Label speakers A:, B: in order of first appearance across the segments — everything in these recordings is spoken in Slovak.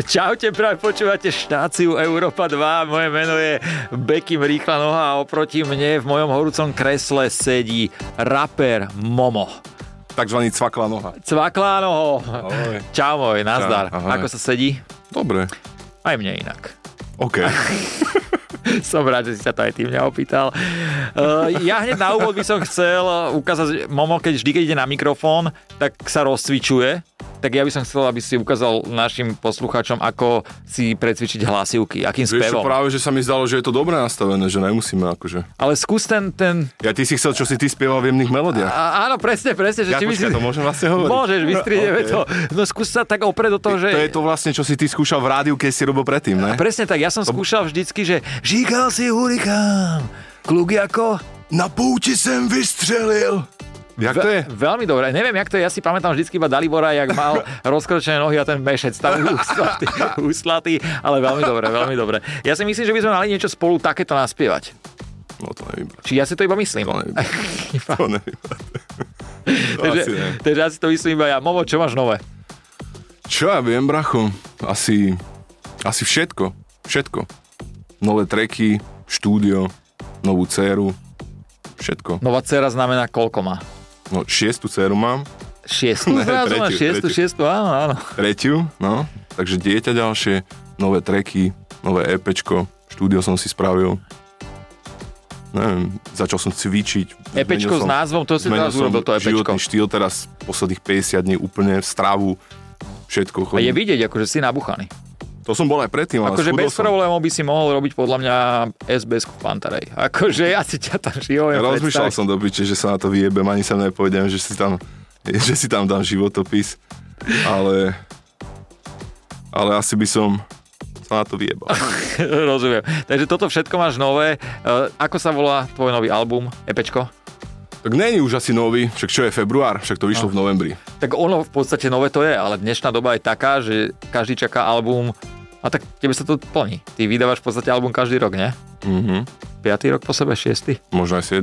A: Čaute, práve počúvate štáciu Európa 2. Moje meno je Bekim Rýchla noha a oproti mne v mojom horúcom kresle sedí raper Momo.
B: Takzvaný cvakla noha.
A: Cvakláno ho. Čau môj, nazdar.
B: Čau, ahoj.
A: Ako sa sedí?
B: Dobre,
A: Aj mne inak.
B: OK.
A: Som rád, že si sa to aj ty mňa opýtal. Uh, ja hneď na úvod by som chcel ukázať, Momo, keď vždy, keď ide na mikrofón, tak sa rozcvičuje. Tak ja by som chcel, aby si ukázal našim poslucháčom, ako si precvičiť hlasivky, akým
B: Vieš čo,
A: spevom.
B: práve, že sa mi zdalo, že je to dobre nastavené, že nemusíme akože.
A: Ale skús ten, ten...
B: Ja ty si chcel, čo si ty spieval v jemných melódiách.
A: A, áno, presne, presne. Že
B: Ja
A: či by
B: počkaj,
A: si...
B: to môžem vlastne hovoriť.
A: Môžeš, vystriedeme
B: OK.
A: to. No skús sa tak oprieť do toho, že...
B: To je to vlastne, čo si ty skúšal v rádiu, keď si robil predtým, ne?
A: Presne tak, ja som skúšal vždycky, že žíkal si hurikán, kluk ako...
B: Na pouti sem vystřelil. Jak to je?
A: Veľmi dobre, neviem, jak to je, ja si pamätám vždycky iba Dalibora, jak mal rozkročené nohy a ten mešec tam úslatý, úslatý, ale veľmi dobre, veľmi dobre. Ja si myslím, že by sme mali niečo spolu takéto naspievať.
B: No to neviem. brat,
A: Či ja si to iba myslím.
B: To neviem. To neviem. brat. To
A: takže,
B: asi neviem.
A: takže ja si to myslím iba ja. Momo, čo máš nové?
B: Čo ja viem, bracho? Asi, asi všetko. Všetko. Nové treky, štúdio, novú dceru, všetko.
A: Nová dcera znamená koľko má?
B: No, šiestu dceru mám,
A: Šiestu?
B: Ne,
A: Zrazu má
B: tretiu,
A: šiestu,
B: tretiu.
A: šiestu, áno, áno.
B: tretiu, no. Takže dieťa ďalšie, nové treky, nové EPčko, štúdio som si spravil. Neviem, začal som cvičiť.
A: Epečko s
B: zmenil som-
A: názvom, to si teraz
B: zmenil
A: urobil
B: som
A: to epečko.
B: Životný štýl teraz posledných 50 dní úplne v stravu, všetko
A: A je
B: chodím.
A: vidieť, akože si nabuchaný.
B: To som bol aj predtým, ale
A: Akože
B: schudol
A: bez
B: som.
A: problémov by si mohol robiť podľa mňa SBS v Pantarej. Akože ja si ťa tam živo viem
B: Rozmýšľal
A: predstaviť.
B: som do piče, že sa na to vyjebem, ani sa nepôjdem, že si tam, že si tam dám životopis, ale, ale asi by som sa na to vyjebal.
A: Rozumiem. Takže toto všetko máš nové. Eh, Ako sa volá tvoj nový album, EPčko?
B: Tak není už asi nový, však čo je február, však to vyšlo v novembri.
A: Tak ono v podstate nové to je, ale dnešná doba je taká, že každý čaká album a tak tebe sa to plní. Ty vydávaš v podstate album každý rok, ne?
B: Mhm.
A: Piatý rok po sebe, šiestý.
B: Možno aj 7.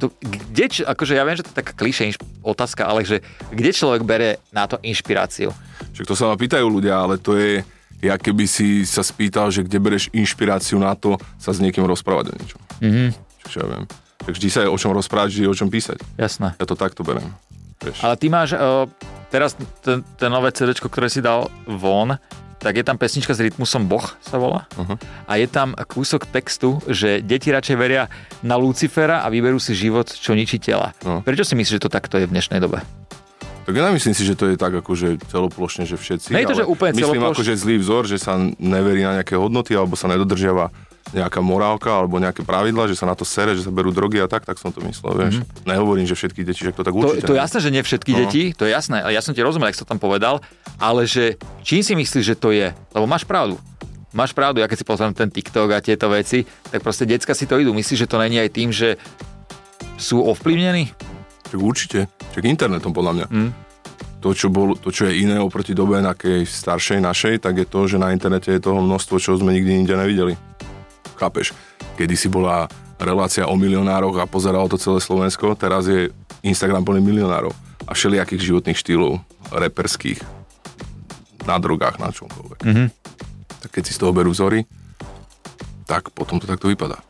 A: To, kde, č- akože ja viem, že to je taká klišé inš- otázka, ale že kde človek bere na to inšpiráciu?
B: Však to sa ma pýtajú ľudia, ale to je, ja keby si sa spýtal, že kde bereš inšpiráciu na to, sa s niekým rozprávať o niečom.
A: Mhm,
B: Však čo ja viem. Však vždy sa je o čom rozprávať, vždy je o čom písať.
A: jasné.
B: Ja to takto berem. Vieš.
A: Ale ty máš uh, teraz ten, ten nové CD, ktoré si dal von, tak je tam pesnička s rytmusom Boh sa volá.
B: Mhm.
A: Uh-huh. A je tam kúsok textu, že deti radšej veria na Lucifera a vyberú si život, čo ničí tela.
B: No.
A: Prečo si myslíš, že to takto je v dnešnej dobe?
B: Tak ja nemyslím si, že to je tak akože celoplošne, že všetci.
A: Nie je to, že
B: ale
A: úplne
B: Myslím
A: celoplošne.
B: akože zlý vzor, že sa neverí na nejaké hodnoty, alebo sa nedodržiava nejaká morálka, alebo nejaké pravidla, že sa na to sere, že sa berú drogy a tak, tak som to myslel, vieš. Mm-hmm. Nehovorím, že všetky deti, že to tak
A: Mhm. To,
B: určite.
A: to je
B: nie.
A: jasné, že nie všetky
B: No.
A: deti, to je jasné, ale ja som ti rozumel, ak si to tam povedal, ale že čím si myslíš, že to je? Lebo máš pravdu. Máš pravdu, ja keď si pozriem ten TikTok a tieto veci, tak proste decka si to idú. Myslíš, že to není aj tým, že sú ovplyvnení?
B: Tak určite. Čak internetom, podľa mňa. Mm. To čo, bolo, to, čo je iné oproti dobe nejakej staršej našej, tak je to, že na internete je toho množstvo, čo sme nikdy inde nevideli. Chápeš? Kedy si bola relácia o milionároch a pozeralo to celé Slovensko, teraz je Instagram plný milionárov a všelijakých životných štýlov, reperských, na drogách, na čomkoľvek.
A: Mhm.
B: Mm-hmm. Tak keď si z toho berú vzory, tak potom to takto vypadá.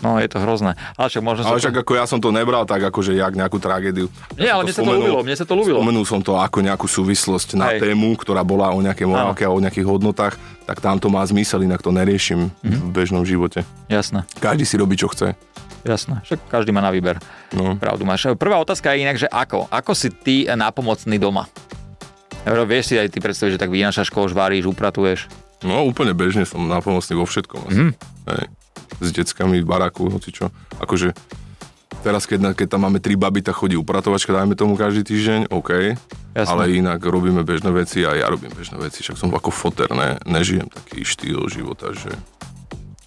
A: No, je to hrozné. Ale však možno
B: Ale
A: sa...
B: však ako ja som to nebral tak, akože jak nejakú tragédiu.
A: Nie,
B: som
A: ale mne sa to
B: spomenul-
A: ľúbilo, mne sa to ľúbilo.
B: Spomenul som to ako nejakú súvislosť na
A: Hej.
B: tému, ktorá bola o nejakej morálke a o nejakých hodnotách, tak tam to má zmysel, inak to neriešim
A: Mhm.
B: v bežnom živote.
A: Jasné,
B: Každý si robí, čo chce.
A: jasné. Však každý má na výber.
B: No.
A: Pravdu máš. Prvá otázka je inak, že ako? Ako si ty nápomocný doma? Ro- Vieš si aj ty predstaviť, že tak vynášaš koš, varíš, upratuješ.
B: No úplne bežne som nápomocný vo všetkom.
A: Mhm.
B: Mm. Hej. S deckami v baraku, hoci čo. Akože teraz, keď, na- keď tam máme tri baby, tak chodí upratovačka, dajme tomu každý týždeň, OK.
A: Jasné.
B: Ale inak robíme bežné veci a ja robím bežné veci, však som ako foter, ne, nežijem taký štýl života, že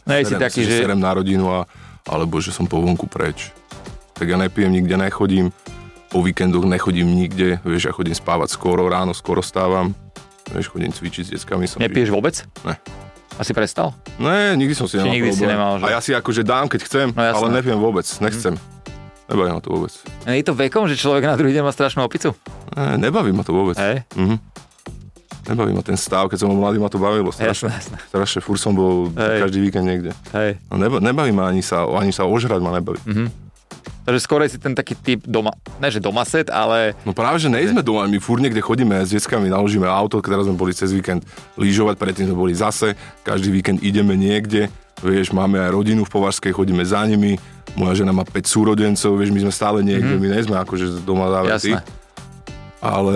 A: Nej si
B: serem
A: taký,
B: si,
A: že...
B: serem na rodinu a, alebo že som po vonku preč. Tak ja nepijem, nikde nechodím, po víkendoch nechodím nikde, vieš, ja chodím spávať skoro, ráno skoro stávam, vieš, chodím cvičiť s deckami. Som
A: Nepiješ vôbec?
B: Ne.
A: Asi prestal?
B: Ne, nikdy som si nemal
A: nikdy si
B: problém.
A: nemal, že?
B: A ja si akože dám, keď chcem,
A: No
B: no,
A: jasné. Mhm.
B: ale nepiem vôbec, nechcem. Nebaví ma to vôbec.
A: Je to vekom, že človek na druhý deň má strašnú opicu?
B: Ne, nebaví ma to vôbec.
A: Hej.
B: Mhm. Nebaví ma ten stav, keď som bol mladý, ma to bavilo strašne.
A: Jasné, jasné.
B: Strašne, fur som bol
A: Hej.
B: každý víkend niekde.
A: Hej.
B: No neba, nebaví ma ani sa, ani sa ožrať ma nebaví.
A: Takže skôr si ten taký typ doma, ne že domaset, ale
B: No práve, že nejsme doma, my furt niekde chodíme s deckami, naložíme auto, teraz sme boli cez víkend lyžovať, predtým sme boli zase, každý víkend ideme niekde, vieš, máme aj rodinu v Považskej, chodíme za nimi, moja žena má 5 súrodencov, vieš, my sme stále niekde, mm-hmm. my nejsme akože doma zavretí,
A: Mhm. jasné.
B: ale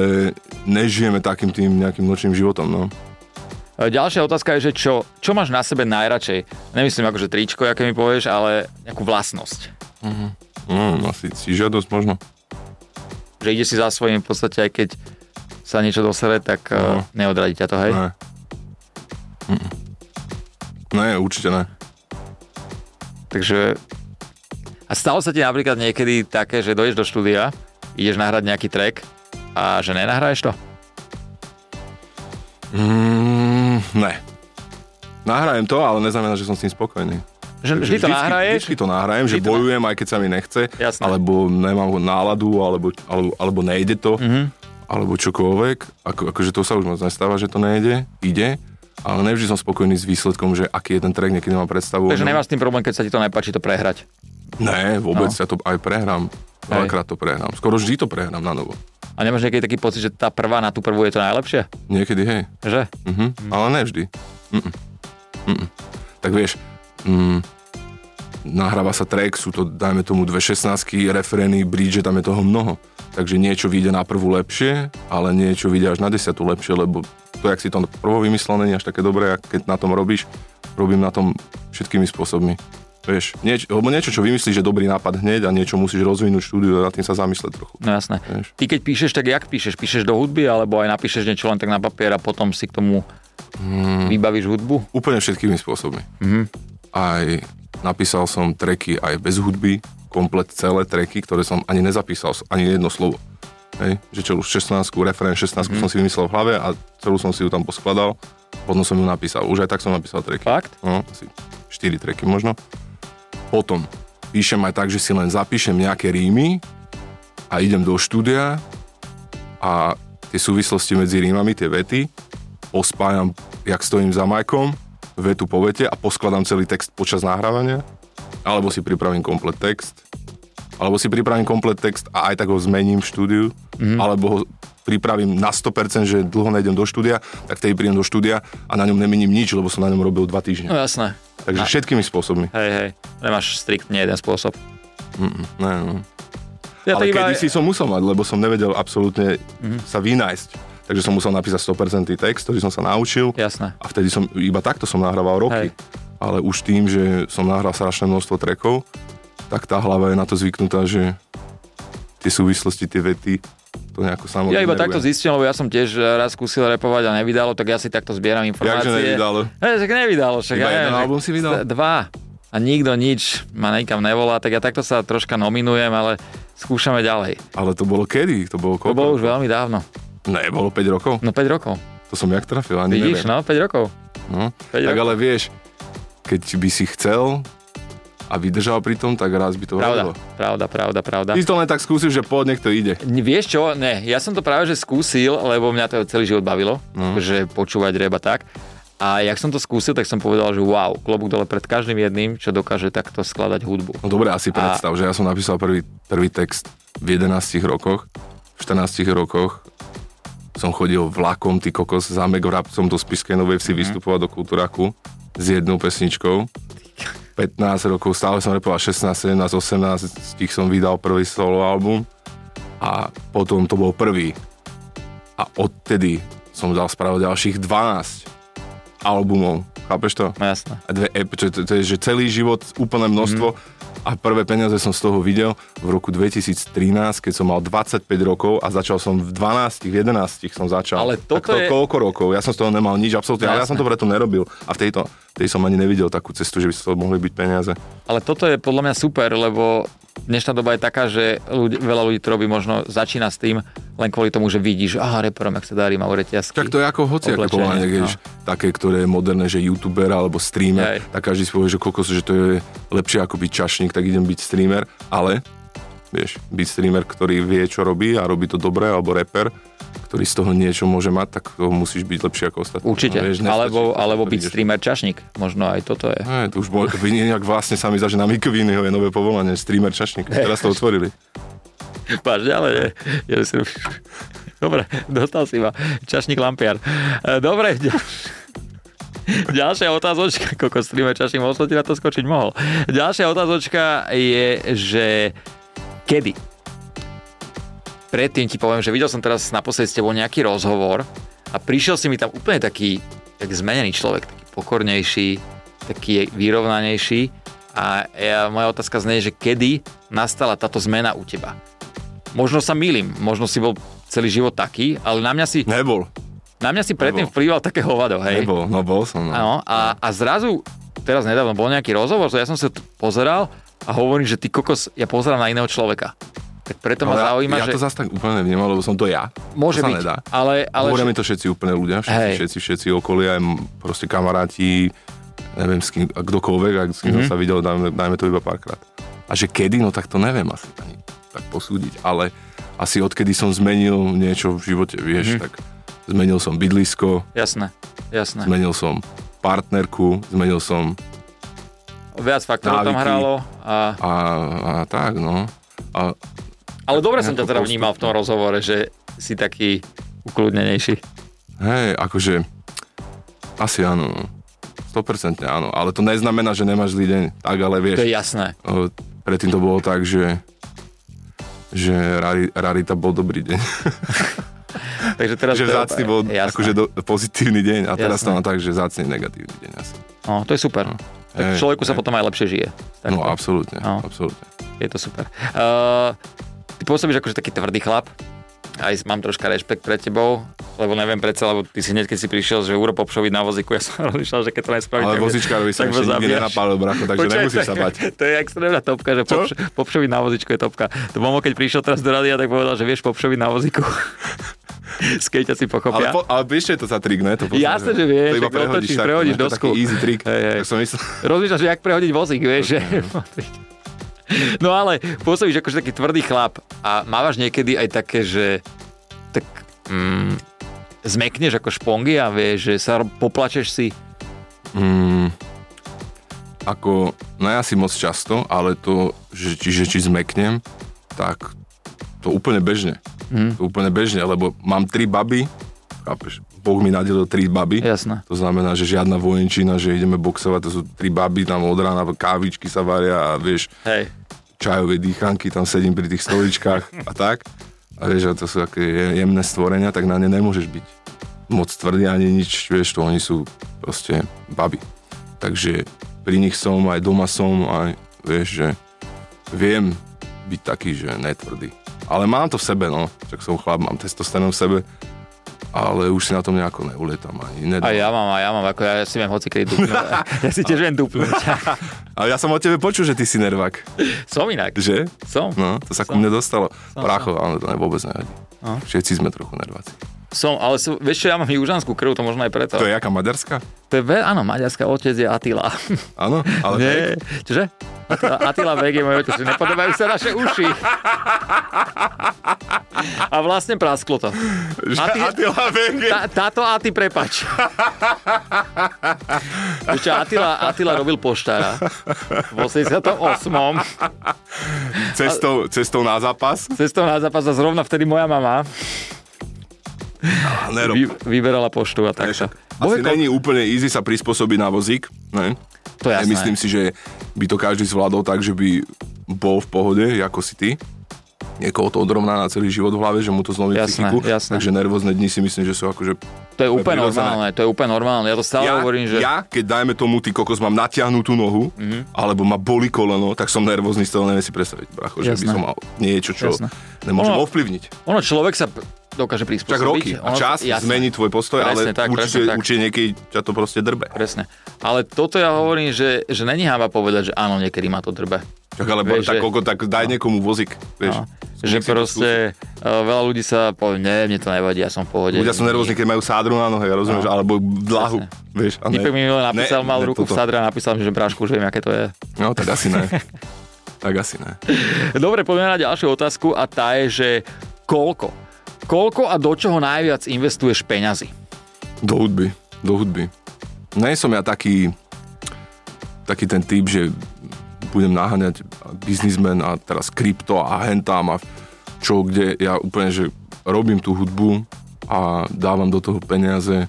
B: nežijeme takým tým nejakým nočným životom, no.
A: E, Ďalšia otázka je, že čo, čo máš na sebe najradšej? Nemyslím akože tričko, aké mi povieš, ale nejakú vlastnosť.
B: Mm, asi si žiadosť možno.
A: Že ide si za svojím v podstate, aj keď sa niečo dosere, tak uh,
B: No.
A: neodradí ťa to, hej?
B: Ne. Mm-mm. Ne, určite ne.
A: Takže... A stalo sa ti napríklad niekedy také, že dojdeš do štúdia, ideš nahrať nejaký track a že nenahraješ to?
B: Mm, ne. Nahrajem to, ale neznamená, že som s tým spokojný.
A: Že
B: Takže
A: vždy to nahraješ?
B: Vždycky to nahrajem, že
A: Vždy to-
B: bojujem, aj keď sa mi nechce,
A: Jasné.
B: alebo nemám náladu, alebo, alebo, alebo nejde to,
A: Mhm.
B: alebo čokoľvek. Ako, akože to sa už moc nestáva, že to nejde, ide, ale nevždy som spokojný s výsledkom, že aký je ten track, niekedy mám predstavu.
A: Takže
B: no,
A: nemáš s tým problém, keď sa ti to nepáči, to prehrať.
B: Ne, vôbec,
A: No.
B: ja to aj prehrám. Veľakrát to prehrám. Skoro vždy to prehrám na novo.
A: A nemáš niekedy taký pocit, že tá prvá na tú prvú je to najlepšie?
B: Niekedy, hej.
A: Že?
B: Mhm, ale ne vždy. Mm-mm. Mm-mm. Tak vieš, mm, nahráva sa track, sú to, dajme tomu, dve 16 refrény, bridge, tam je toho mnoho. Takže niečo vyjde na prvú lepšie, ale niečo vyjde až na desiatu lepšie, lebo to, jak si to prvo vymyslené, nie je až také dobré, jak keď na tom robíš, robím na tom všetkými spôsobmi. Vieš, nieč, lebo niečo, čo vymyslíš, že dobrý nápad hneď a niečo musíš rozvinúť štúdiu a nad tým sa zamyslieť trochu.
A: No jasné.
B: Vieš.
A: Ty keď píšeš, tak jak píšeš? Píšeš do hudby, alebo aj napíšeš niečo len tak na papier a potom si k tomu
B: Hmm.
A: vybavíš hudbu?
B: úplne všetkými spôsobmi. Mm-hmm. Aj napísal som treky aj bez hudby, komplet celé treky, ktoré som ani nezapísal, ani jedno slovo. Hej, že čo už 16, referén 16 mm-hmm. som si vymyslel v hlave a celú som si ju tam poskladal, potom som ju napísal. Už aj tak som napísal treky.
A: Fakt?
B: No, asi 4 treky možno. Potom píšem aj tak, že si len zapíšem nejaké rímy a idem do štúdia a tie súvislosti medzi rímami, tie vety, pospájam, jak stojím za majkom, vetu po vete a poskladám celý text počas nahrávania, alebo si pripravím komplet text, alebo si pripravím komplet text a aj tak ho zmením v štúdiu,
A: Mhm.
B: mm. alebo ho pripravím na 100%, že dlho nejdem do štúdia, tak vtedy prídem do štúdia a na ňom nemením nič, lebo som na ňom robil dva týždne.
A: No jasné.
B: Takže všetkými spôsobmi.
A: Hej, hej. Nemáš striktne jeden spôsob.
B: Ne, no.
A: Ja
B: Ale
A: tak iba- Mhm.
B: kedysi som musel mať, lebo som nevedel absolútne sa vynájsť. Takže som musel napísať 100% text, ktorý som sa naučil.
A: Jasné.
B: A vtedy som, iba takto som nahrával roky.
A: Hej.
B: Ale už tým, že som nahral strašné množstvo trekov, tak tá hlava je na to zvyknutá, že tie súvislosti, tie vety, to nejako samo
A: Ja iba
B: generuje.
A: takto zistím, lebo ja som tiež raz skúsil repovať a nevydalo, tak ja si takto zbieram
B: Jakže
A: informácie.
B: nevydalo.
A: Hej, tak nevydalo, však
B: Iba
A: ja
B: jeden
A: neviem,
B: album
A: tak
B: si vydal?
A: Dva. A nikto nič ma nikam nevolá, tak ja takto sa troška nominujem, ale skúšame ďalej.
B: Ale to bolo kedy? To bolo
A: To
B: koľko?
A: bolo už veľmi dávno.
B: Ne, bolo 5 rokov.
A: No 5 rokov.
B: To som jak trafil, ani
A: Vidíš,
B: neviem.
A: no 5 rokov.
B: No.
A: 5
B: Tak
A: rokov.
B: ale vieš, keď by si chcel a vydržal pri tom, tak raz by to
A: Pravda,
B: hodilo.
A: pravda, pravda, pravda.
B: Ty si to len tak skúsil, že pod niekto ide.
A: N- Vieš čo, ne, ja som to práve že skúsil, lebo mňa to celý život bavilo,
B: No.
A: že počúvať reba tak. A jak som to skúsil, tak som povedal, že wow, klobúk dole pred každým jedným, čo dokáže takto skladať hudbu.
B: No dobre, asi predstav, že ja som napísal prvý, prvý text v 11 rokoch. V 14 rokoch som chodil vlakom, ty kokos, zámek vrabcom do Spiskej Novej Vsi vystupovať do Kultúraku s jednou pesničkou. 15 rokov, stále som repoval 16, 17, 18, z tých som vydal prvý solo album a potom to bol prvý. A odtedy som dal spravu ďalších 12 albumov. Chápeš to?
A: No jasné.
B: a dve ep, čo, to, to je že celý život, úplné množstvo
A: Mhm.
B: mm. a prvé peniaze som z toho videl v roku 2013, keď som mal 25 rokov a začal som v 12, v 11 som začal.
A: Ale toto
B: tak to
A: je-
B: koľko rokov? Ja som z toho nemal nič, absolútne, ale ja som
A: Jasné.
B: to preto nerobil a v tejto, v tej som ani nevidel takú cestu, že by z toho mohli byť peniaze.
A: Ale toto je podľa mňa super, lebo dnešná doba je taká, že ľudí, veľa ľudí to robí, možno začína s tým len kvôli tomu, že vidíš, že aha, reperom, ak sa darí, má reťazky.
B: Tak to je ako hoci, ako
A: Oblečenie,
B: povolanie,
A: no.
B: no. také, ktoré je moderné, že youtuber alebo streamer,
A: Hej.
B: tak každý si povie, že kokos, že to je lepšie ako byť čašník, tak idem byť streamer, ale vieš, byť streamer, ktorý vie, čo robí a robí to dobre, alebo reper, ktorý z toho niečo môže mať, tak to musíš byť lepší ako ostatní.
A: Určite.
B: No, vieš, nestačí
A: alebo,
B: to,
A: alebo
B: čo
A: byť
B: prídeš.
A: streamer čašník. Možno aj toto je.
B: Ne, to už bol, nejak vlastne sa mi zdá, že na Mikvinyho je nové povolanie, streamer čašník. Teraz to otvorili.
A: Páš ďalej, nie? Ja si... Dobre, dostal si ma. Čašník lampiar. E, Dobre, ďal... Ďalšia otázočka, koľko streamer čašník, možno ti na to skočiť mohol. Ďalšia otázočka je, že kedy? Predtým ti poviem, že videl som teraz naposledy s tebou nejaký rozhovor a prišiel si mi tam úplne taký tak zmenený človek, taký pokornejší, taký vyrovnanejší a ja, moja otázka znie, že kedy nastala táto zmena u teba? Možno sa milím, možno si bol celý život taký, ale na mňa si,
B: Nebol.
A: na mňa si predtým
B: Nebol.
A: vplýval také hovado, hej.
B: Nebol, no bol som. No.
A: Áno, a, a zrazu, teraz nedávno bol nejaký rozhovor, ja som sa t- pozeral a hovorím, že ty kokos, ja pozerám na iného človeka. Tak preto ma
B: Ale ja-
A: zaujíma,
B: ja
A: že
B: to zase tak úplne nevnímal, lebo som to ja.
A: môže
B: to sa
A: byť,
B: nedá.
A: ale, ale
B: Ale
A: že,
B: Hovoria mi to všetci úplne ľudia, všetci,
A: Hej.
B: hey. všetci, všetci okolia, aj m- proste kamaráti, neviem s kým, a kdokoľvek, a s kým
A: Mhm.
B: mm-hmm. som sa videl, dajme, dajme to iba párkrát. A že kedy, no tak to neviem asi ani tak posúdiť, ale asi odkedy som zmenil niečo v živote,
A: Mhm.
B: vieš, mm-hmm. tak zmenil som bydlisko,
A: jasné, jasné.
B: zmenil som partnerku, zmenil som
A: Viac faktorov tam
B: návyky.
A: hralo. A,
B: a, a tak, no. A
A: ale dobre som ťa
B: Nejako
A: teda
B: postupne.
A: vnímal v tom rozhovore, že si taký ukludnenejší.
B: Hej, akože, asi áno, no. 100% áno, ale to neznamená, že nemáš zlý deň, tak ale vieš,
A: To je jasné.
B: O, predtým to bolo tak, že že rari, rarita bol dobrý deň.
A: Takže teraz to
B: že
A: je
B: vzácny
A: opa-
B: bol
A: jasné.
B: akože do, pozitívny deň a teraz
A: Jasné.
B: to má tak, že vzácny negatívny deň asi.
A: No, to je super. Tak
B: Hej,
A: človeku sa
B: hej.
A: potom aj lepšie žije. Tak
B: No absolútne,
A: No.
B: absolútne.
A: je to super. Uh, ty pôsobíš akože taký tvrdý chlap, aj s- mám troška rešpekt pre tebou, lebo neviem predsa, lebo ty si hneď, keď si prišiel, že Euro popšoviť na voziku, ja som rozmýšľal, že keď to nespravíte,
B: Ale vozičkárovi sa ešte nikdy nenapálil, bracho, takže nemusíš sa bať.
A: To je extrémna topka, že popš, popšoviť na vozičku je topka. To Momo, keď prišiel teraz do radia, tak povedal, že vieš popšoviť na voziku. Skejťa si
B: Ale,
A: pochopia.
B: po, ale vieš, čo je to za trik, ne? To poznáš,
A: Jasné, že vieš,
B: To iba
A: že
B: prehodíš,
A: otočíš,
B: tak,
A: prehodíš
B: ne? To je
A: dosku.
B: Taký easy trik.
A: Hej, hej.
B: Tak som myslel,
A: Rozmýšľaš, že jak prehodiť vozík, vieš, že... No ale pôsobíš akože taký tvrdý chlap a mávaš niekedy aj také, že tak mm, zmekneš ako špongy a vieš, že sa ro- poplačeš si.
B: Mm, ako, no ja si moc často, ale to, že, čiže či zmeknem, tak to úplne bežne.
A: Mm.
B: To úplne bežne, lebo mám tri baby, chápeš, Boh mi nadelil tri baby,
A: Jasné.
B: to znamená, že žiadna vojenčina, že ideme boxovať, to sú tri baby, tam od rána kávičky sa varia a vieš,
A: Hej.
B: čajové dýchanky, tam sedím pri tých stoličkách a tak. A vieš, a to sú také je- jemné stvorenia, tak na ne nemôžeš byť moc tvrdý ani nič, vieš, to oni sú proste baby. Takže pri nich som, aj doma som, aj vieš, že viem byť taký, že netvrdý. Ale mám to v sebe, no, tak som chlap, mám testosterón v sebe, ale už si na tom nejako neulietam ani.
A: A
B: Nedám.
A: ja mám, a ja mám, ako ja si viem hoci kedy dupnúť. ja si tiež viem dupnúť.
B: A ja som o tebe počul, že ty si nervák,
A: Som inak.
B: že?
A: Som.
B: No, to sa ku
A: Som.
B: mne dostalo.
A: Som,
B: Prácho, áno, to ne- vôbec nevadí.
A: No.
B: Všetci sme trochu nerváci.
A: Som, ale som, vieš čo, ja mám južanskú krv, to možno aj preto.
B: To je jaká maďarská?
A: to je veľ, áno, maďarská otec je Atila.
B: Áno, ale tak,
A: Nie, čože? Atila, Atila Vek je môj otec, nepodobajú sa naše uši. A vlastne prasklo to.
B: že
A: A ty-
B: Attila Venge.
A: Tá, táto Ati, prepač. Čo, Atila, Atila robil poštára v 88.
B: Cestou, cestou na zápas.
A: Cestou na zápas a zrovna vtedy moja mama
B: A nerob.
A: vy, vyberala poštu a takto.
B: Asi
A: Bojko,
B: není úplne easy sa prispôsobiť na vozík. Ne?
A: to jasné.
B: Myslím si, že by to každý zvládol tak, že by bol v pohode, ako si ty. Niekoho to odrovná na celý život v hlave, že mu to zlomí
A: Jasné,
B: psychiku.
A: jasné.
B: Takže nervózne dni si myslím, že sú akože...
A: To je úplne
B: prirodzené.
A: normálne, to je úplne normálne. Ja to stále
B: Ja,
A: hovorím, že... Mhm.
B: ja, keď dajme tomu, ty kokos, mám natiahnutú nohu, mm-hmm. alebo ma boli koleno, tak som nervózny, z toho neviem si predstaviť, bracho, že by
A: Jasné.
B: som mal niečo, čo
A: Jasné.
B: nemôžem
A: Ono-
B: ovplyvniť.
A: Ono človek sa p- dokáže prispôsobiť.
B: Však roky a
A: Ono-
B: čas
A: jasné.
B: zmení tvoj postoj,
A: Presne
B: ale
A: tak,
B: určite,
A: presne tak.
B: určite niekedy ťa to proste drbe.
A: Presne. Ale toto ja hovorím, že, že není hába povedať, že áno, niekedy ma to drbe.
B: Tak ale
A: Vieš,
B: vieš, tak,
A: že-
B: koko, tak daj niekomu vozík, vieš.
A: No. Že
B: Nech si to
A: proste e, veľa ľudí sa povie, ne, mne to nevadí, ja som v pohode.
B: skúsi. Ľudia sú nervózni, keď majú sádru na nohe, ja rozumieš, alebo dlahu, vieš. A
A: Typek No. mi milé
B: ne,
A: napísal, mal
B: ne
A: ruku v
B: toto.
A: sadre a napísal mi, že brášku, už viem, aké to je.
B: No, tak asi ne. tak asi ne.
A: Dobre, poďme na ďalšiu otázku a tá je, že koľko Koľko a do čoho najviac investuješ peňazí?
B: Do hudby. Do hudby. Nie som ja taký, taký ten typ, že budem naháňať biznismen a teraz krypto a hentám a čo, kde ja úplne, že robím tú hudbu a dávam do toho peniaze,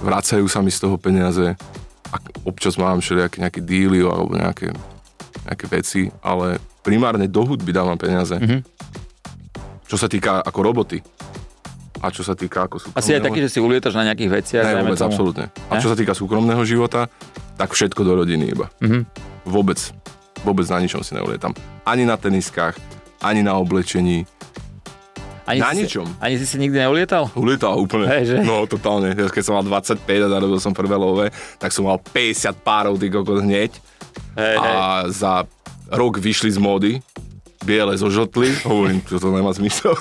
B: vracajú sa mi z toho peniaze a občas mám všelijaké nejaké díly alebo nejaké, nejaké veci, ale primárne do hudby dávam peniaze.
A: Mhm.
B: Mm-hmm. Čo sa týka ako roboty a čo sa týka ako súkromného.
A: Asi aj taký, že si ulietaš na nejakých veciach.
B: Ne,
A: dajme
B: vôbec,
A: tomu.
B: absolútne. A
A: Ne?
B: čo sa týka súkromného života, tak všetko do rodiny iba.
A: Mhm.
B: Vôbec. Vôbec na ničom si neulietam. Ani na teniskách, ani na oblečení.
A: Ani
B: Na
A: si si-
B: ničom.
A: Ani si si nikdy neulietal?
B: Ulietal úplne.
A: Hej, že?
B: No, totálne. Ja, keď som mal 25 a zarobil som prvé love, tak som mal 50 párov, ty kokos, hneď.
A: Hej, hej.
B: A za rok vyšli z módy. Biele zožltli. Hovorím, že to nemá zmysel.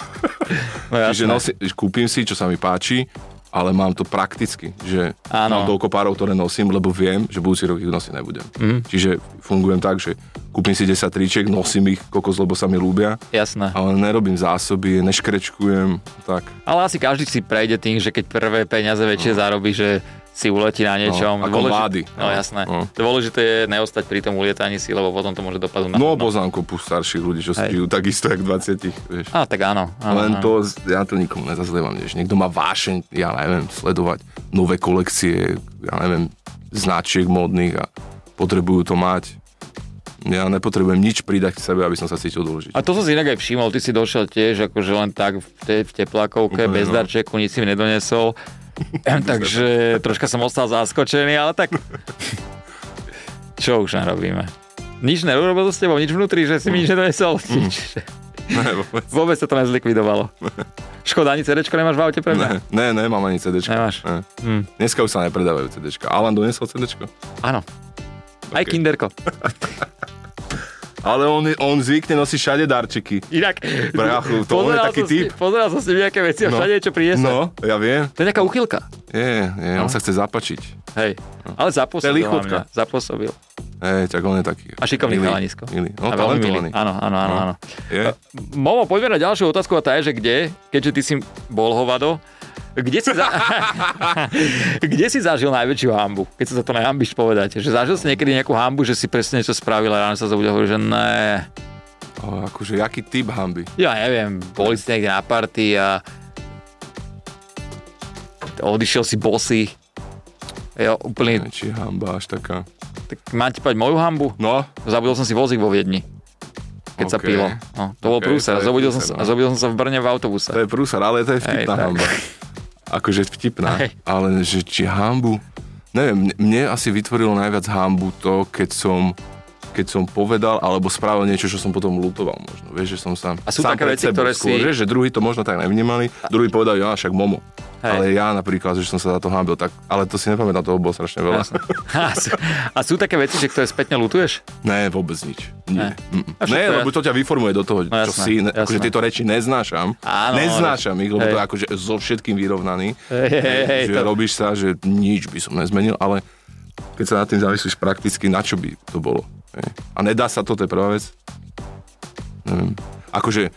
A: No,
B: Čiže
A: jasné.
B: nosi, kúpim si, čo sa mi páči, ale mám to prakticky, že
A: Áno.
B: mám toľko párov, ktoré nosím, lebo viem, že budúci rok ich nosiť nebudem.
A: Mhm.
B: Mm. Čiže fungujem tak, že kúpim si 10 triček, nosím ich kokos, lebo sa mi ľúbia,
A: Jasné.
B: ale nerobím zásoby, neškrečkujem, tak.
A: Ale asi každý si prejde tým, že keď prvé peniaze väčšie zarobí, že si uletí na niečom.
B: No, ako mladý.
A: No,
B: No,
A: jasné.
B: no.
A: Dôležité je neostať pri tom ulietaní si, lebo potom to môže dopadnúť na...
B: No, poznám kopu starších ľudí, čo si
A: Hej.
B: žijú takisto, jak 20, vieš.
A: Á, tak áno. áno
B: Len
A: áno.
B: to, ja to nikomu nezazlievam, vieš. Niekto má vášeň, ja neviem, sledovať nové kolekcie, ja neviem, značiek módnych a potrebujú to mať. Ja nepotrebujem nič pridať k sebe, aby som sa cítil
A: A
B: dôležitý.
A: to som si inak aj všimol, ty si došiel tiež akože len tak v, te, v teplákovke,
B: Úplne,
A: bez
B: no.
A: darčeku, nič si mi nedonesol. Ehm, Takže troška som ostal zaskočený, ale tak... Čo už narobíme? Nič nerobilo s tebou, nič vnútri, že si mi nič nedonesol.
B: Mm.
A: Nič.
B: Ne, vôbec.
A: Vôbec sa to nezlikvidovalo. Škoda, ani CDčko nemáš v aute pre mňa?
B: Ne, ne, nemám ani CDčka.
A: Nemáš.
B: Ne.
A: Hm.
B: Dneska už sa nepredávajú CDčka. Alan donesol CDčko?
A: Áno. Aj
B: Ok.
A: kinderko.
B: Ale on, on zvykne nosiť všade darčeky.
A: Inak,
B: Brachu, to on je
A: pozeral
B: taký
A: som si-
B: typ.
A: Pozeral som si nejaké veci a všade čo priniesol.
B: No, ja viem.
A: To je nejaká uchylka.
B: Je, je,
A: No.
B: on sa chce zapačiť.
A: Hej. Ale
B: No. To je
A: zapôsobil na
B: lichotka.
A: mňa. Zapôsobil.
B: Hej, tak on je taký.
A: A šikovný
B: milý,
A: chalanisko.
B: Milý. No,
A: a veľmi
B: talentovaný.
A: Áno, áno, áno.
B: No.
A: áno.
B: Je?
A: Momo, poďme na ďalšiu otázku a tá je, že kde, keďže ty si bol hovado, kde si, za... kde si zažil najväčšiu hambu? Keď sa za to nehambíš povedať. Že zažil si niekedy nejakú hambu, že si presne niečo spravil a ráno sa zobudil a hovorí, že ne,
B: Ale akože, jaký typ hamby?
A: ja neviem, boli ste niekde na party a odišiel si bosy. Ja úplne,
B: Neviem, či je hamba až taká.
A: tak mám ti povedať moju hambu?
B: No,
A: Zabudol som si vozík vo Viedni, keď sa
B: OK.
A: pilo. No, to bol
B: OK,
A: prúser.
B: to je
A: Zabudil, som
B: prúser,
A: sa,
B: no.
A: zabudil som sa v Brne v autobuse.
B: to je prúsar, ale to je vtipná
A: tak.
B: hamba. Akože vtipná,
A: Hej.
B: ale že či hambu... Neviem, mne- mne asi vytvorilo najviac hambu to, keď som keď som povedal alebo spravil niečo, čo som potom lutoval možno. Vieš, že som sám,
A: A sú
B: sám
A: také
B: pred
A: veci,
B: sebou
A: ktoré
B: skôr,
A: si-
B: Vieš, že druhý to možno tak nevnímali, druhý povedal, ja však momo.
A: Hej.
B: Ale ja napríklad, že som sa za to hambil, tak, ale to si nepamätám, toho bolo strašne veľa.
A: Jasné. A sú, a sú také veci, že ktoré spätne lutuješ?
B: Ne, vôbec nič. Nie.
A: Ne.
B: Mm-mm.
A: A všetko
B: Ne,
A: je-
B: lebo to ťa vyformuje do toho,
A: No
B: čo
A: jasné,
B: si. Ne, akože
A: jasné.
B: tieto reči neznášam.
A: Áno,
B: neznášam ich, lebo
A: hej.
B: to je akože so všetkým vyrovnaný.
A: Hej, hej, hej,
B: že
A: to-
B: robíš sa, že nič by som nezmenil, ale keď sa nad tým zamyslíš prakticky, na čo by to bolo. Hej. A nedá sa to, to je prvá vec. Neviem. Akože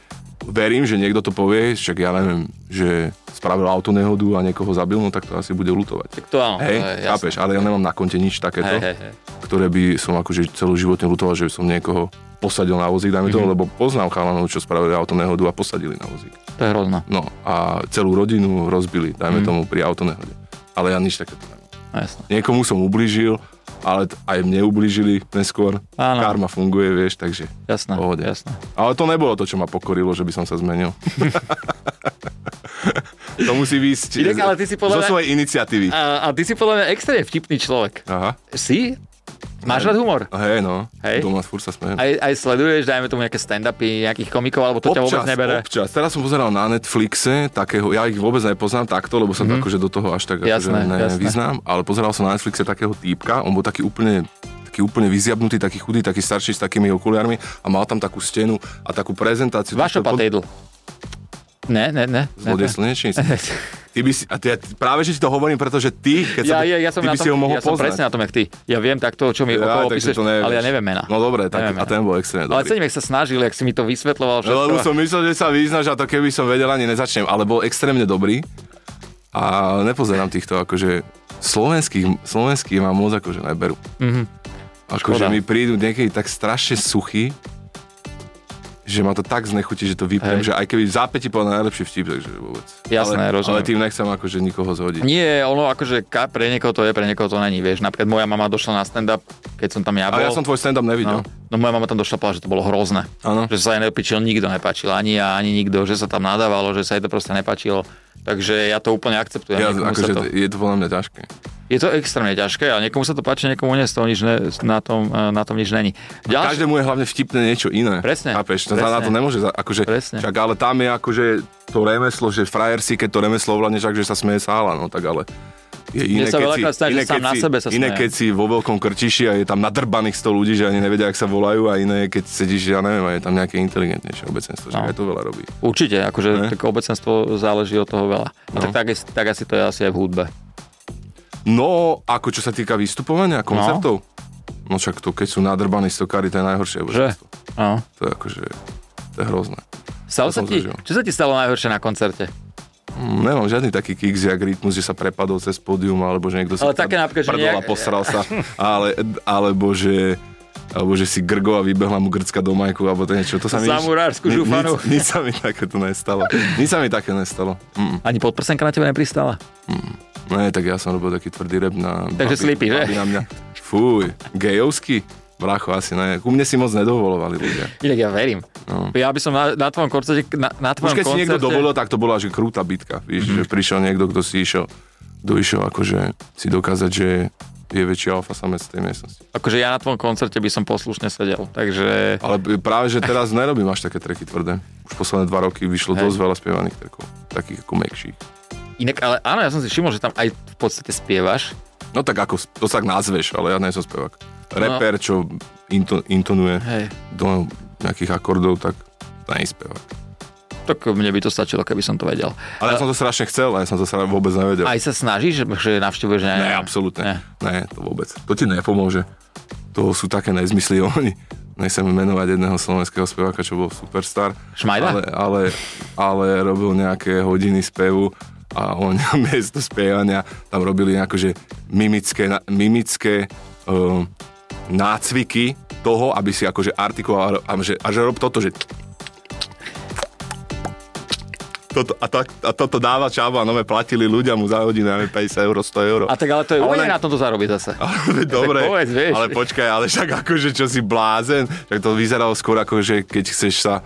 B: verím, že niekto to povie, však ja neviem, že spravil autonehodu a niekoho zabil, no tak to asi bude lutovať.
A: To áno.
B: Hej,
A: No, to je jasné.
B: chápeš, ale ja nemám na konte nič takéto
A: Hej, hej, hej.
B: ktoré by som akože celoživotne lutoval, že som niekoho posadil na vozík, dajme
A: Mhm.
B: mm-hmm. to, lebo poznám chalanov, čo spravili autonehodu a posadili na vozík.
A: To je hrozné.
B: No a celú rodinu rozbili,
A: Mhm.
B: dajme mm-hmm. tomu, pri autonehode. Ale ja nič takéto nemám.
A: No, jasné.
B: Niekomu som ublížil, ale t- aj mne ublížili neskôr.
A: Áno.
B: Karma funguje, vieš, takže
A: Jasné,
B: pohode.
A: jasné.
B: Ale to nebolo to, čo ma pokorilo, že by som sa zmenil. to musí výsť
A: Inak, ale ty si podľa
B: zo
A: mňa-
B: svojej iniciatívy.
A: A, a ty si podľa mňa extrémne vtipný človek.
B: Aha.
A: Si? Máš rád humor?
B: Hej, no.
A: Hej.
B: Doma furt sa smejem.
A: Aj, aj sleduješ, dajme tomu nejaké stand-upy, nejakých komikov, alebo to ťa vôbec nebere?
B: občas. Teraz som pozeral na Netflixe takého, ja ich vôbec nepoznám takto, lebo sa mm-hmm. akože do toho až tak akože
A: Mhm. Jasné, jasné.
B: nevyznám, ale pozeral som na Netflixe takého týpka, on bol taký úplne taký úplne vyziabnutý, taký chudý, taký starší s takými okuliarmi a mal tam takú stenu a takú prezentáciu.
A: Vašo
B: Takto pod-
A: Patejdl. Ne, ne, ne. ne,
B: Zlodej
A: ne.
B: slnečníc. Ty by si, a ty, ja t- práve že ti to hovorím, pretože ty, keď
A: Ja,
B: sa, to-
A: ja, ja som,
B: ty
A: na
B: by si ho
A: tom,
B: mohol
A: ja som presne
B: poznať.
A: na tom, jak ty. Ja viem takto, čo mi okolo
B: takže
A: píšeš,
B: to nevieš.
A: ale ja neviem mena.
B: No dobre, tak,
A: Neviem
B: a
A: mena.
B: ten bol extrémne
A: ale
B: dobrý.
A: cením, jak sa snažil, jak si mi to vysvetloval všetko.
B: Lebo som myslel, že sa vyznaš a to keby som vedel, ani nezačnem. Ale bol extrémne dobrý a nepozerám týchto akože slovenských, slovenských mám moc akože neberú.
A: Mhm. Škoda.
B: Akože mi prídu niekedy tak strašne suchý, že ma to tak znechutí, že to vypnem,
A: Hej.
B: že aj keby v zápäti bol najlepší vtip, takže vôbec.
A: Jasné,
B: ale,
A: rozumiem.
B: Ale tým nechcem akože nikoho zhodiť.
A: Nie, ono akože ka- pre niekoho to je, pre niekoho to není, vieš. Napríklad moja mama došla na stand-up, keď som tam ja bol.
B: Ale ja som tvoj stand-up nevidel.
A: No, no moja mama tam došla povedať, že to bolo hrozné.
B: Áno.
A: Že sa jej nepičil, nikto nepáčil. Ani ja, ani nikto. Že sa tam nadávalo, že sa jej to proste nepáčilo. Takže ja to úplne akceptujem.
B: Ja,
A: niekomu sa
B: akože
A: to...
B: je to podľa mňa ťažké.
A: Je to extrémne ťažké, ale niekomu sa to páči, niekomu nie, z toho nič ne, na, tom, eh, na tom nič není. Ďalšie...
B: Každému je hlavne vtipné niečo iné.
A: Presne,
B: Chápeš? To
A: presne.
B: na to nemôže, za- akože,
A: Presne.
B: Čak, ale tam je akože to remeslo, že frajer si, keď to remeslo ovládneš, tak, že sa smeje sála, no tak ale je iné,
A: sa
B: keď si,
A: veľakrát stane, že
B: iné,
A: sám
B: keď
A: na
B: si,
A: sebe sa
B: iné
A: smejem.
B: keď si vo veľkom krčiši a je tam nadrbaných 100 ľudí, že ani nevedia, jak sa volajú a iné, keď sedíš, ja neviem, a je tam nejaké inteligentnejšie obecenstvo, že
A: No.
B: aj to veľa robí.
A: Určite, akože
B: Ne?
A: tak obecenstvo záleží od toho veľa. A
B: No.
A: tak, tak, is- tak asi to je asi aj v hudbe.
B: No, ako čo sa týka vystupovania, koncertov, no, však to, keď sú nadrbaní stokári, to je najhoršie
A: Že?
B: obecenstvo.
A: No.
B: To je akože, to je hrozné.
A: Stalo
B: To
A: sa
B: som
A: ti,
B: zažil.
A: čo sa ti stalo najhoršie na koncerte?
B: Mm, Nemám žiadny taký kicks, jak rytmus, že sa prepadol cez pódium, alebo že niekto
A: Ale
B: sa
A: také napríklad, že
B: prdol a
A: nejak-
B: posral sa, ale, alebo že alebo že si grgo a vybehla mu grcka do majku, alebo to niečo. To sa mi nič-
A: Zamurársku
B: ni-
A: žufanu.
B: Nič, nič, sa mi takéto nestalo. Nič sa mi také nestalo. Mm,
A: Ani podprsenka na teba nepristala?
B: ne, tak ja som robil taký tvrdý rep na...
A: Takže slípi, že?
B: babi na mňa. Fúj, gejovský? Bracho, asi ne. Ku mne si moc nedovolovali ľudia.
A: Inak ja verím.
B: No.
A: Ja by som na, na tvojom koncerte... Na, na
B: Už
A: tvojom
B: keď si
A: koncerte... Mhm.
B: niekto dovolil, tak to bola že krúta bitka. Víš, mm-hmm. že prišiel niekto, kto si išiel, kto išiel akože si dokázať, že je väčší alfa samec v tej miestnosti.
A: Akože ja na tvojom koncerte by som poslušne sedel, takže...
B: Ale b- práve, že teraz nerobím až také treky tvrdé. Už posledné dva roky vyšlo
A: Hej.
B: dosť veľa spievaných trekov. Takých ako mekších.
A: Inak, ale áno, ja som si všimol, že tam aj v podstate spievaš.
B: No tak ako, to sa tak nazveš, ale ja nie som spevák. Reper, čo into, intonuje
A: No. Hej.
B: do nejakých akordov, tak to nie je spevák.
A: Tak mne by to stačilo, keby som to vedel.
B: Ale ja som to strašne chcel a ja som to stra- vôbec nevedel.
A: Aj sa snažíš, že navštevuješ... Ne,
B: Ne, absolútne. Ne. ne, to vôbec. To ti nepomôže. To sú také nezmysly oni. Nechcem menovať jedného slovenského speváka, čo bol superstar.
A: Šmajda?
B: Ale, ale, ale robil nejaké hodiny spevu a on miesto spievania tam robili akože mimické, na- mimické um, nácviky toho, aby si akože artikuloval a že, a že rob toto, že toto, a, tak, a toto dáva Čavo a nové platili ľudia mu za hodinu, ja neviem, 50 eur, 100 eur.
A: A tak ale to je
B: Ale-
A: umenie na tomto zarobiť zase.
B: Ale dobre,
A: povedz, vieš.
B: ale počkaj, ale však akože čo si blázen, tak to vyzeralo skôr ako, že keď chceš sa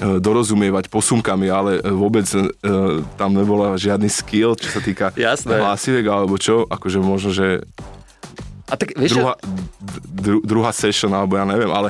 B: e, dorozumievať posunkami, ale e, vôbec e, tam nebola žiadny skill, čo sa týka
A: Jasné.
B: hlásiviek alebo čo, akože možno, že
A: A tak vieš,
B: druhá,
A: Druhá...
B: d- dru, druhá session alebo ja neviem, ale